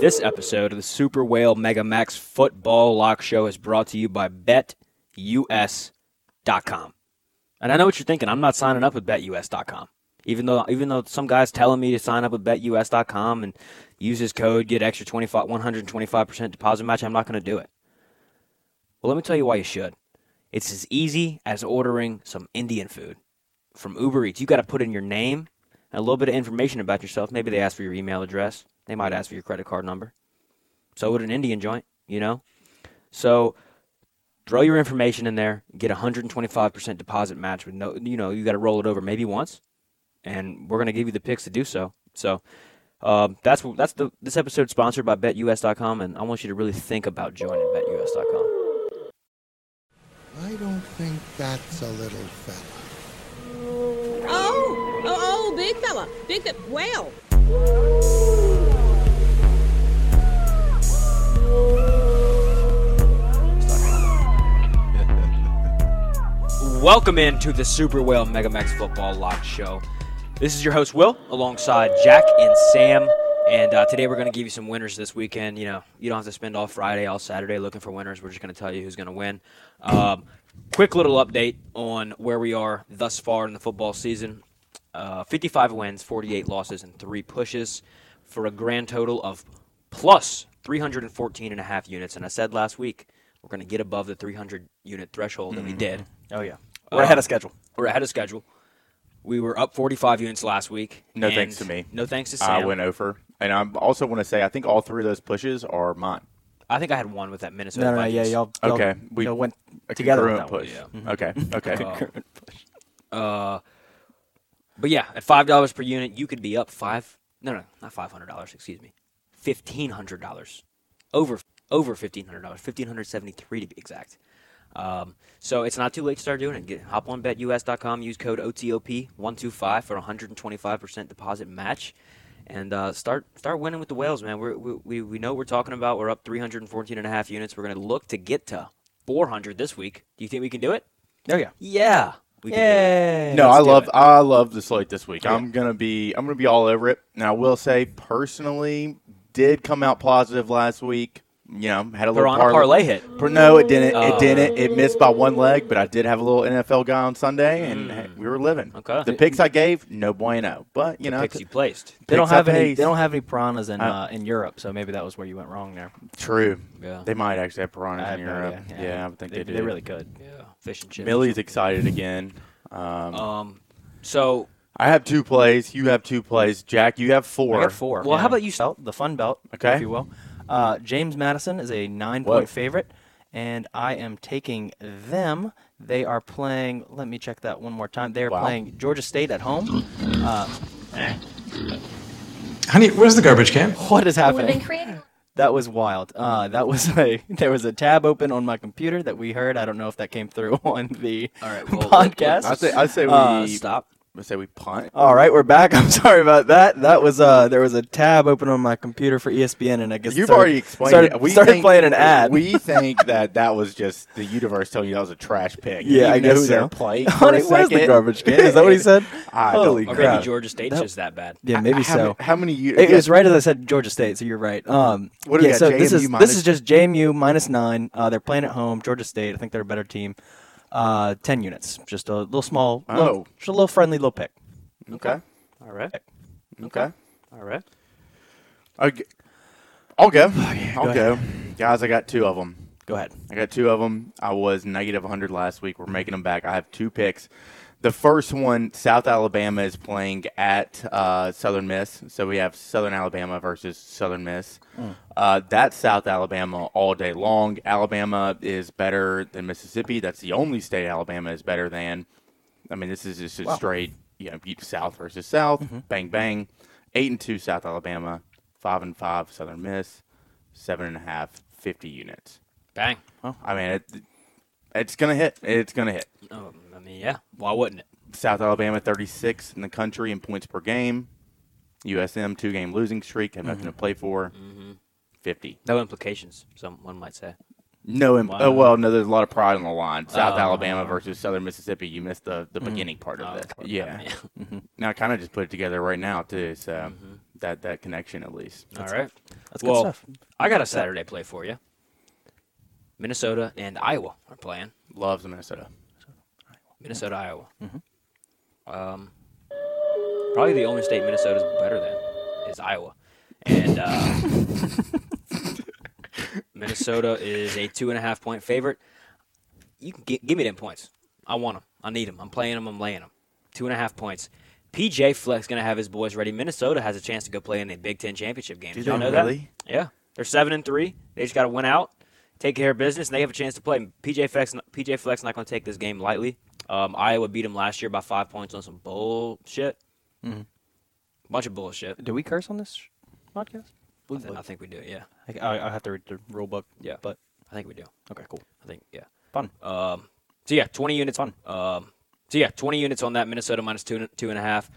This episode of the Super Whale Mega Max Football Lock Show is brought to you by BetUS.com. And I know what you're thinking. I'm not signing up with BetUS.com. Even though, even though some guy's telling me to sign up with BetUS.com and use his code, get extra 25, 125% deposit match, I'm not going to do it. Well, let me tell you why you should. It's as easy as ordering some Indian food from Uber Eats. You got to put in your name and a little bit of information about yourself. Maybe they ask for your email address. They might ask for your credit card number. So would an Indian joint, you know? So throw your information in there, get a 125% deposit match with no, you know, you got to roll it over maybe once, and we're going to give you the picks to do so. So um, that's that's the this episode's sponsored by BetUS.com, and I want you to really think about joining BetUS.com. I don't think that's a little fella. Oh, oh, oh, big fella, big fe- whale. Welcome into the Super Whale Mega Max Football Lock Show. This is your host Will, alongside Jack and Sam, and uh, today we're going to give you some winners this weekend. You know, you don't have to spend all Friday, all Saturday looking for winners. We're just going to tell you who's going to win. Um, quick little update on where we are thus far in the football season: uh, 55 wins, 48 losses, and three pushes, for a grand total of plus 314 and a half units. And I said last week we're going to get above the 300 unit threshold, and we did. Oh yeah, we're Um, ahead of schedule. We're ahead of schedule. We were up 45 units last week. No and thanks to me. No thanks to Sam. I went over, and I also want to say I think all three of those pushes are mine. I think I had one with that Minnesota No, no, no, Vikings. yeah, y'all, y'all, Okay, we we y'all went a together. with congruent that one. push. Okay, Mm-hmm. okay. But yeah, at five dollars per unit, you could be up five. No, no, not five hundred dollars. Excuse me, fifteen hundred dollars, over over fifteen hundred dollars, fifteen hundred seventy three to be exact. Um, so it's not too late to start doing it. Get, hop on betus.com, use code OTOP one two five for one hundred and twenty five percent deposit match, and uh, start start winning with the whales, man. We're, we we we know what we're talking about. We're up 314 and a half units. We're gonna look to get to four hundred this week. Do you think we can do it? Oh yeah, Yeah, we can do it. yeah. no, I let's do love it. I love the slate this week. I'm gonna be I'm gonna be all over it. And I will say, personally, did come out positive last week. You know, had a They're little on a parlay hit. Par- No, it didn't. Oh. It didn't. It missed by one leg, but I did have a little NFL guy on Sunday, and hey, Mm. we were living. Okay. The picks I gave, no bueno. But you know, picks you placed. They don't picks I have any. pace. They don't have any piranhas in I- uh, in Europe, so maybe that was where you went wrong there. True. Yeah. They might actually have piranhas I in have no Europe. idea. yeah. I would think they, they, do. They really could. Yeah, fish and chips. Millie's excited again. Um, Um, so I have two plays. You have two plays. Jack, you have four. I got four. Well, how about you- Belt, the fun belt, Okay. if you will. Uh, James Madison is a nine Whoa. point favorite, and I am taking them. They are playing. Let me check that one more time. They are Wow. playing Georgia State at home. Honey, where's the garbage can? What is We've been happening? creating. That was wild. Mm. Uh, that was a there was a tab open on my computer that we heard. I don't know if that came through on the All right, well, podcast. I say, I say we Uh, stop. I say we punt. All right, we're back. I'm sorry about that. That was uh, there was a tab open on my computer for E ESPN, and I guess You've started- already explained started, it. We started think- playing an ad. We think that that was just the universe telling you that was a trash pick. You yeah, I didn't know guess who so. they're playing. for Honey, a where's the second. garbage can? Is that what he said? I don't Holy know. or crap! maybe Georgia State's just that bad. yeah, maybe how, so. How many years? It was right as I said Georgia State, so you're right. Um, What do we yeah, got, so this JMU is minus- this is just JMU minus nine. Uh, they're playing at home. Georgia State, I think they're a better team. Uh, ten units, just a little small, Oh. little, just a little friendly little pick. Okay. All right, Okay. all right. Okay. I'll go. Oh, I'll go. Guys, I got two of them. Go ahead. I got two of them. I was negative 100 last week. We're making them back. I have two picks. The first one, South Alabama is playing at uh, Southern Miss. So we have Southern Alabama versus Southern Miss. Uh, that's South Alabama all day long. Alabama is better than Mississippi. That's the only state Alabama is better than. I mean, this is just a straight, you know, beat South versus South, bang bang. Eight and two South Alabama, five and five Southern Miss, seven and a half, 50 units. Bang. I mean, it, it's gonna hit. It's gonna hit. Um, I mean, yeah. Why wouldn't it? South Alabama 36 in the country in points per game. USM two game losing streak. Have nothing to Mm-hmm. play for. 50. No implications. Someone might say. No, imp- oh well, no. There's a lot of pride on the line. South Oh. Mm. Alabama versus Southern Mississippi. You missed the, the beginning part of Oh, this. okay. Yeah. now I kind of just put it together right now too. So that that connection at least. Mm-hmm. All right. That's well, good stuff. I got a Saturday play for you. Minnesota and Iowa are playing. Loves Minnesota. Minnesota, Iowa. Um, probably the only state Minnesota's better than is Iowa, and uh, Minnesota is a two and a half point favorite. You can gi- give me them points. I want them. I need them. I'm playing them. I'm laying them. Two and a half points. PJ Fleck's gonna have his boys ready. Minnesota has a chance to go play in the Big Ten championship game. Do Did y'all they know really? that? Yeah, they're seven and three. They just got to win out, take care of business, and they have a chance to play. PJ Flex, PJ Flex, not going to take this game lightly. Um, Iowa beat him last year by five points on some bullshit, bunch of bullshit. Do we curse on this podcast? I think, I think we do. Yeah, I, I, I have to read the rule book. Yeah. but I think we do. okay, cool, Uh, I think yeah. fun. Um, so yeah, twenty units on. Um, so yeah, twenty units on that Minnesota minus two and- two and a half.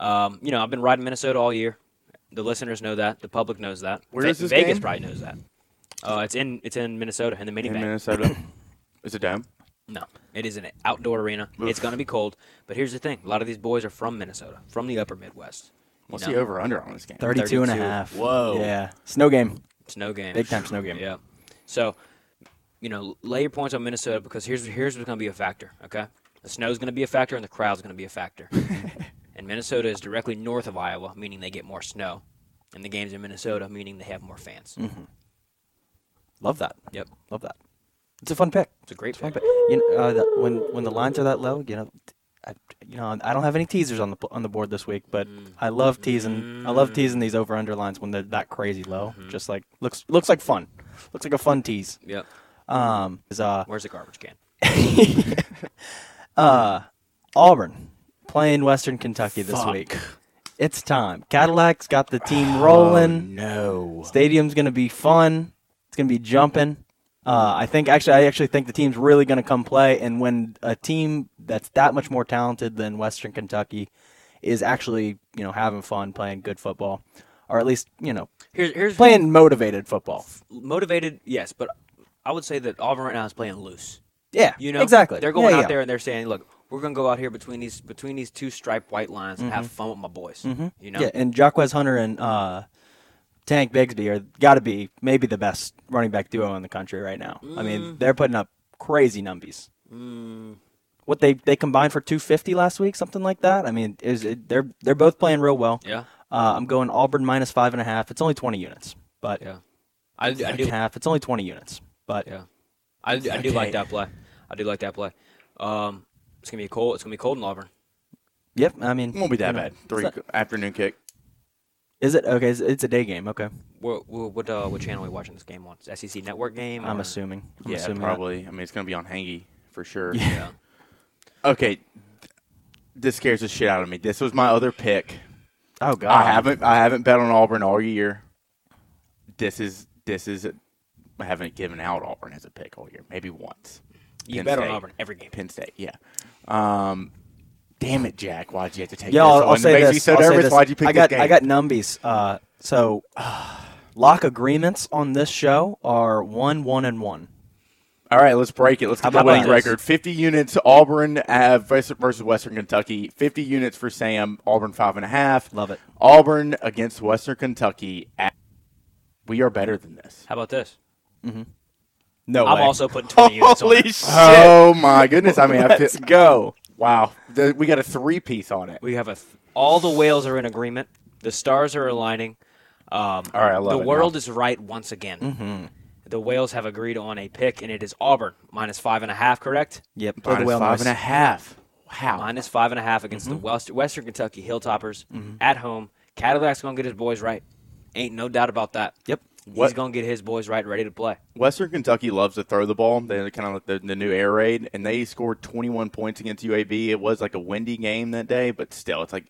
Um, you know, I've been riding Minnesota all year. The listeners know that. The public knows that. Where Ve- is this Vegas game? probably knows that. Uh, it's in it's in Minnesota in the mini In bank. Minnesota, is it down? No, it is an outdoor arena. It's going to be cold. But here's the thing: a lot of these boys are from Minnesota, from the upper Midwest. What's No. the over under on this game? 32, and a 32. half. Whoa. Yeah, snow game. Snow game, Big time snow game. Yeah. So, you know, lay your points on Minnesota because here's here's what's going to be a factor. Okay, the snow's going to be a factor and the crowd's going to be a factor. and Minnesota is directly north of Iowa, meaning they get more snow, and the games in Minnesota, meaning they have more fans. Mm-hmm. Love that. Yep, Love that. It's a fun pick. it's a great Fun pick. pick. You know, uh, the, when when the lines are that low, you know, t- I, you know, I don't have any teasers on the on the board this week, but I love teasing. I love teasing these over under lines when they're that crazy low. Just like looks looks like fun. Looks like a fun tease. Yep. Um, is uh Where's the garbage can? Auburn playing Western Kentucky this week. It's time. Cadillac's got the team rolling. No. Stadium's gonna be fun. It's gonna be jumping. Uh, I think actually, I actually think the team's really gonna come play. And when a team that's that much more talented than Western Kentucky is actually, you know, having fun, playing good football, or at least, you know, Here's here's playing motivated football. motivated. Yes, but I would say that Auburn right now is playing loose. Yeah, You know, exactly. They're going Yeah, out yeah. there and they're saying, "Look, we're going to go out here between these between these two striped white lines and have fun with my boys." You know, Mm-hmm. Yeah, and Jaquez Hunter and uh, Tank Bigsby are got to be maybe the best running back duo in the country right now. I Mm. mean, they're putting up crazy numbies. What they they combined for 250 last week, something like that. I mean, is it, they're they're both playing real well. Yeah. Uh, I'm going Auburn minus five and a half. It's only 20 units, but yeah. I, I second do, half. It's only 20 units, but yeah. I, I do like that play. I do like that play. Um, it's gonna be cold. It's gonna be cold in Auburn. yep. I mean, Won't be you that know, bad. it's Three not- afternoon kick. Is it okay? It's, it's a day game. Okay, What what what, uh, what channel are we watching this game on? It's SEC E Network game. I'm or- assuming. I'm Yeah, assuming that- probably. I mean, it's going to be on Hangy for sure. Yeah. Okay, th- this scares the shit out of me. This was my other pick. Oh God, I haven't I haven't bet on Auburn all year. This is this is I haven't given out Auburn as a pick all year. Maybe once. You Penn bet on State. Auburn every game. Penn State, yeah. Um, damn it, Jack. Why'd you have to take Yeah, this I'll, on? I'll It say makes this. me so I'll say nervous. this. Why'd you pick I got, this game? I got numbies. Uh, so lock agreements on this show are one, one, and one. All right, let's break it. Let's get the about winning this? record. 50 units, Auburn uh, vers- versus Western Kentucky. 50 units for Sam, Auburn 5.5. Love it. Auburn against Western Kentucky. At- we are better than this. How about this? No I'm also putting 20 units on. it. Oh, my goodness. I mean, I Let's feel, go. wow. Th- We got a three piece on it. We have a th- all the whales are in agreement. The stars are aligning. Um, All right, I love the it now. Mm-hmm. world is right once again. The whales have agreed on a pick, and it is Auburn minus five and a half. Correct? Yep. play the Minus whale five noise. and a half. Wow. Minus five and a half against Mm-hmm. the West, Western Kentucky Hilltoppers at home. Cadillac's gonna get his boys right. Ain't no doubt about that. Yep. He's What- gonna get his boys right, ready to play. Western Kentucky loves to throw the ball. They're kind of like the, the new air raid, and they scored 21 points against UAB. It was like a windy game that day, but still, it's like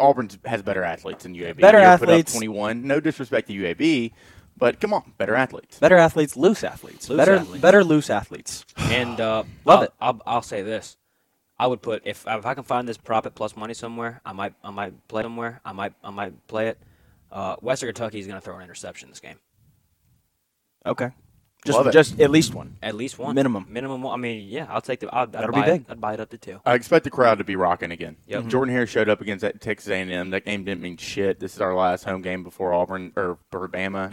Auburn has better athletes than UAB. Better You put up athletes. 21. No disrespect to UAB, but come on, better athletes. Better athletes, loose athletes. Loose better, athletes. better loose athletes. And uh, Love I'll, it. I'll, I'll say this: I would put if if I can find this prop at plus money somewhere, I might I might play somewhere. I might I might play it. Uh, Western Kentucky is going to throw an interception this game. Okay. Just, Love it. just at least one. At least one Minimum. Minimum. one. I mean, yeah, I'll take the. I'd, I'd That'll be buy big. It, I'd buy it up to two. I expect the crowd to be rocking again. Mm-hmm. Yep. Mhm. Jordan Harris showed up against that Texas A&M. That game didn't mean shit. This is our last home game before Auburn or for Bama.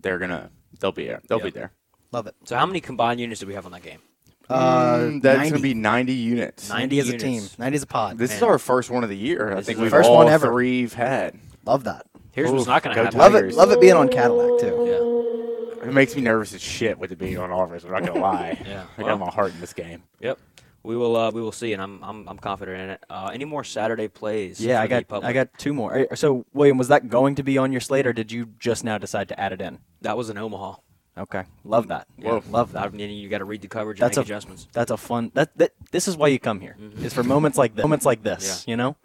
They're gonna. They'll be there. They'll be Yep. there. Love it. So how many combined units do we have on that game? Uh, Mm, that's 90. gonna be 90 units. 90 as a 90 team. units. 90 as a pod. This is Man. our first one of the year. I This think is we've our first all one ever. three've had. Love that. Here's what's Oof, not going to go happen. Love it. Tigers. Love it being on Cadillac too. Yeah. It makes me nervous as shit with it being on offers. I'm not gonna lie. Yeah, I well. got my heart in this game. Yep. We will. Uh, we will see, and I'm. I'm. I'm confident in it. Uh, any more Saturday plays? Yeah, for I the got public? I got two more. Uh, So William, was that going to be on your slate, or did you just now decide to add it in? That was in Omaha. Okay, love that. Whoa. Love I that. mean, you got to read the coverage and That's make a adjustments. Mm-hmm. That's a fun. That, that this is why you come here. Is for moments like this. Moments like this. You know,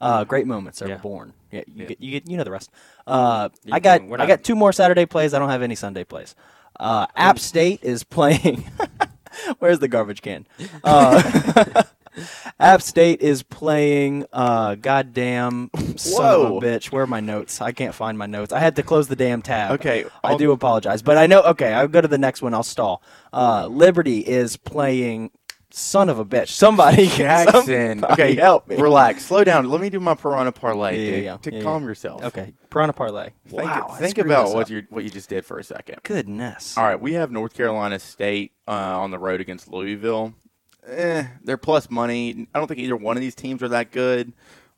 uh, great moments are Yeah. born. Yeah, you, Yeah. Get, you get you know the rest. Uh, Yeah, I got we're I not- got two more Saturday plays. I don't have any Sunday plays. Uh, Mm. App State is playing. Where's the garbage can? Uh, App State is playing. Uh, goddamn son of a Whoa. bitch. Where are my notes? I can't find my notes. I had to close the damn tab. Okay, I I'll- do apologize, but I know. Okay, I'll go to the next one. I'll stall. Uh, Liberty is playing. Son of a bitch! Somebody, Jackson. somebody Okay, help me. Relax. Slow down. Let me do my piranha parlay. Yeah, yeah, dude, yeah. To Yeah, yeah. calm yourself. Okay, Piranha Parlay. Think, wow, I think screwed about this what up. you what you just did for a second. goodness. All right, we have North Carolina State uh, on the road against Louisville. Eh, they're plus money. I don't think either one of these teams are that good,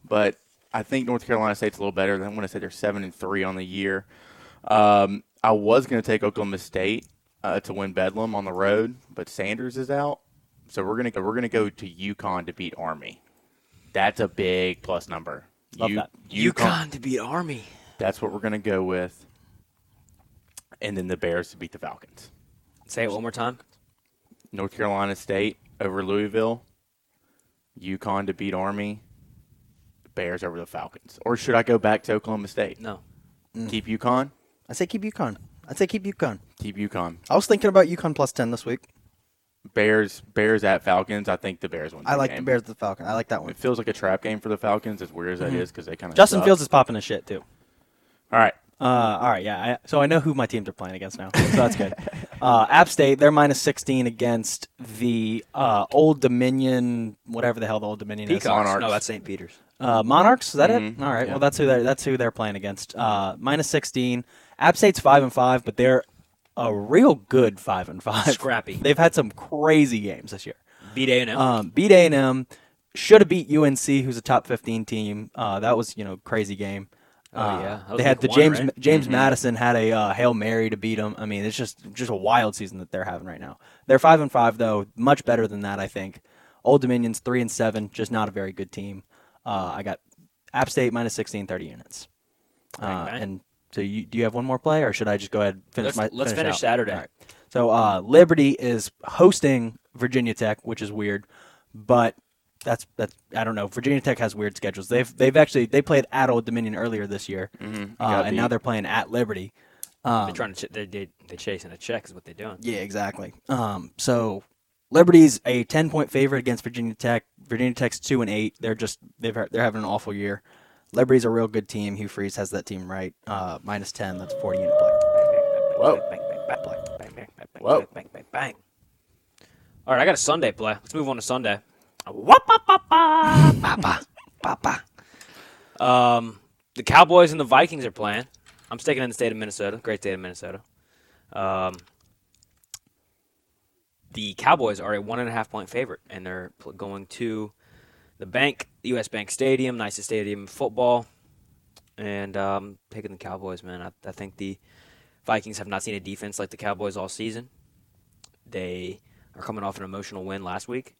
but I think North Carolina State's a little better. I'm going to say they're seven and three on the year. Um, I was going to take Oklahoma State uh, to win Bedlam on the road, but Sanders is out, so we're going to we're going to go to UConn to beat Army. That's a big plus number. Love that. UConn to beat Army. That's what we're going to go with, and then the Bears to beat the Falcons. Say it one more time. North Carolina State over Louisville, UConn to beat Army, Bears over the Falcons. Or should I go back to Oklahoma State? No. Mm. Keep UConn. I say keep UConn. I say keep UConn. Keep UConn. I was thinking about UConn plus ten this week. Bears. Bears at Falcons. I think the Bears win. I like game. the Bears, at the Falcon. I like that one. It feels like a trap game for the Falcons, as weird as that is, because they kind of Justin Fields is popping his shit too. All right. Uh, all right, yeah. I, so I know who my teams are playing against now. So that's good. uh, App State, they're minus 16 against the uh, Old Dominion, whatever the hell the Old Dominion is. Peacocks. Monarchs. No, that's St. Peter's. Uh, Monarchs, is that Mhm, it? All right. yeah. Well, that's who they're that's who they're playing against. Uh, minus 16. App State's five and five, but they're a real good five and five. Scrappy. They've had some crazy games this year. Beat A&M. Um, beat A and M. Should have beat UNC, who's a top fifteen team. Uh, that was you know crazy game. Oh, Uh, yeah. That was they week had the one, James right? Mm-hmm. James Madison had a uh, hail mary to beat them. I mean, it's just just a wild season that they're having right now. They're five and five though, much better than that I think. Old Dominion's three and seven, just not a very good team. Uh, I got App State minus 16, 30 units. Uh, bang. and so you, do you have one more play, or should I just go ahead and finish Let's- my? let's finish out? Saturday. All right. So uh, Liberty is hosting Virginia Tech, which is weird, but that's that's I don't know. Virginia Tech has weird schedules. They've they've actually they played at Old Dominion earlier this year, uh, got and now beat. they're playing at Liberty. uh, they're trying to. Ch- they, they, they're chasing a check is what they're doing. Yeah, exactly. Um, so Liberty's a ten point favorite against Virginia Tech. Virginia Tech's two and eight. They're just they've ha- they're having an awful year. Liberty's a real good team. Hugh Freeze has that team right. Uh, minus ten. That's a forty unit play. Whoa. Bang, bang, bang, bang, bang, bang, bang, Whoa. bang, bang, bang, bang. All right, I got a Sunday play. Let's move on to Sunday. Um, the Cowboys and the Vikings are playing. I'm sticking in the state of Minnesota. Great state of Minnesota. Um, the Cowboys are a one and a half point favorite, and they're pl- going to the bank, U.S. Bank Stadium, nicest stadium in football. And um, picking the Cowboys, man. I, I think the Vikings have not seen a defense like the Cowboys all season. They are coming off an emotional win last week,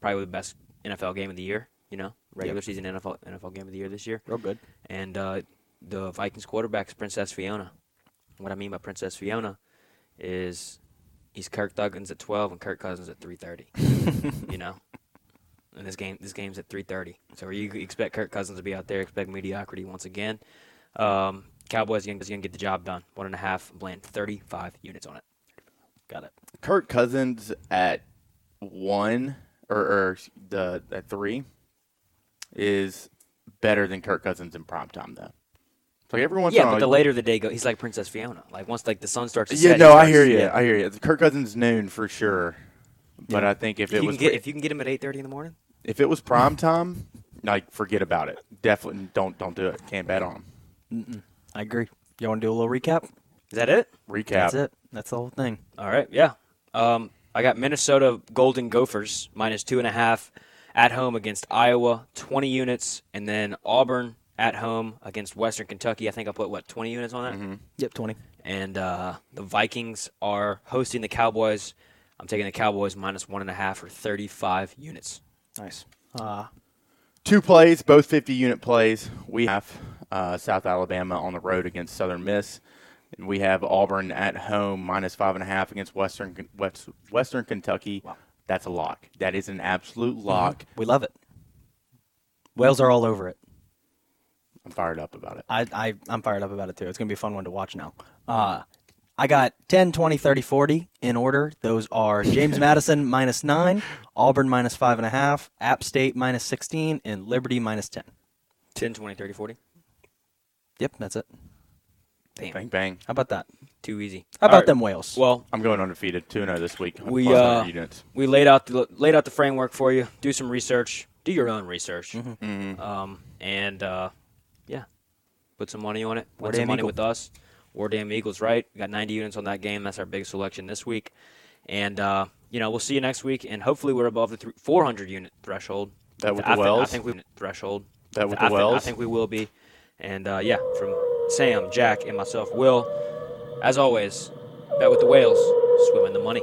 probably the best NFL game of the year. You know, regular season NFL NFL game of the year this year. Real good. And uh, the Vikings quarterback is Princess Fiona. What I mean by Princess Fiona is he's Kirk Duggins at twelve and Kirk Cousins at three thirty. you know, and this game this game's at three thirty. So you expect Kirk Cousins to be out there? Expect mediocrity once again. Um, Cowboys going to get the job done. One and a half, bland, thirty-five units on it. Got it. Kirk Cousins at one or, or the at three is better than Kirk Cousins in prime time though. It's like every once yeah, in a but while- the later the day goes, he's like Princess Fiona. Like once like the sun starts to Yeah, set, no, he I starts- hear you. yeah. I hear you. Kirk Cousins noon for sure. But I think if If it you was can get if you can get him at eight thirty in the morning. if it was prime time, like forget about it. Definitely don't don't do it. Can't bet on 'em. I agree. You want to do a little recap? Is that it? Recap. That's it. That's the whole thing. All right, yeah. Um, I got Minnesota Golden Gophers minus two and a half at home against Iowa, twenty units, and then Auburn at home against Western Kentucky. I think I put what twenty units on that. Mm-hmm. Yep, twenty. And uh, the Vikings are hosting the Cowboys. I'm taking the Cowboys minus one and a half or thirty-five units. Nice. Uh, Two plays, both 50 unit plays. We have uh, South Alabama on the road against Southern Miss. And we have Auburn at home minus five and a half against Western West, Western Kentucky. That's a lock. That is an absolute lock. Mm-hmm. we love it. Wales are all over it. I'm fired up about it. I, I I'm fired up about it too. It's gonna be a fun one to watch now. Uh, I got 10, 20, 30, 40 in order. Those are James Madison minus nine, Auburn minus five and a half, App State minus sixteen, and Liberty minus ten. 10, 20, 30, 40. Yep, that's it. Damn, Bang bang. How about that? too easy. How about All right. them Wales? Well, I'm going undefeated 2 0 this week. on We, plus uh, 100 units. we laid out the laid out the framework for you. Do some research. Do your own research. Mm-hmm. Um, and uh, yeah, put some money on it. War Put some damn money Eagle. with us. War damn Eagles, right? We got 90 units on that game. That's our big selection this week. And uh, you know, we'll see you next week. And hopefully, we're above the thr 400 unit threshold. That with I the thi- Wells? I think we threshold. That with I the thi- I Wells? think we will be. And uh, yeah, from Sam, Jack, and myself, Will. As always, bet with the whales, swim in the money.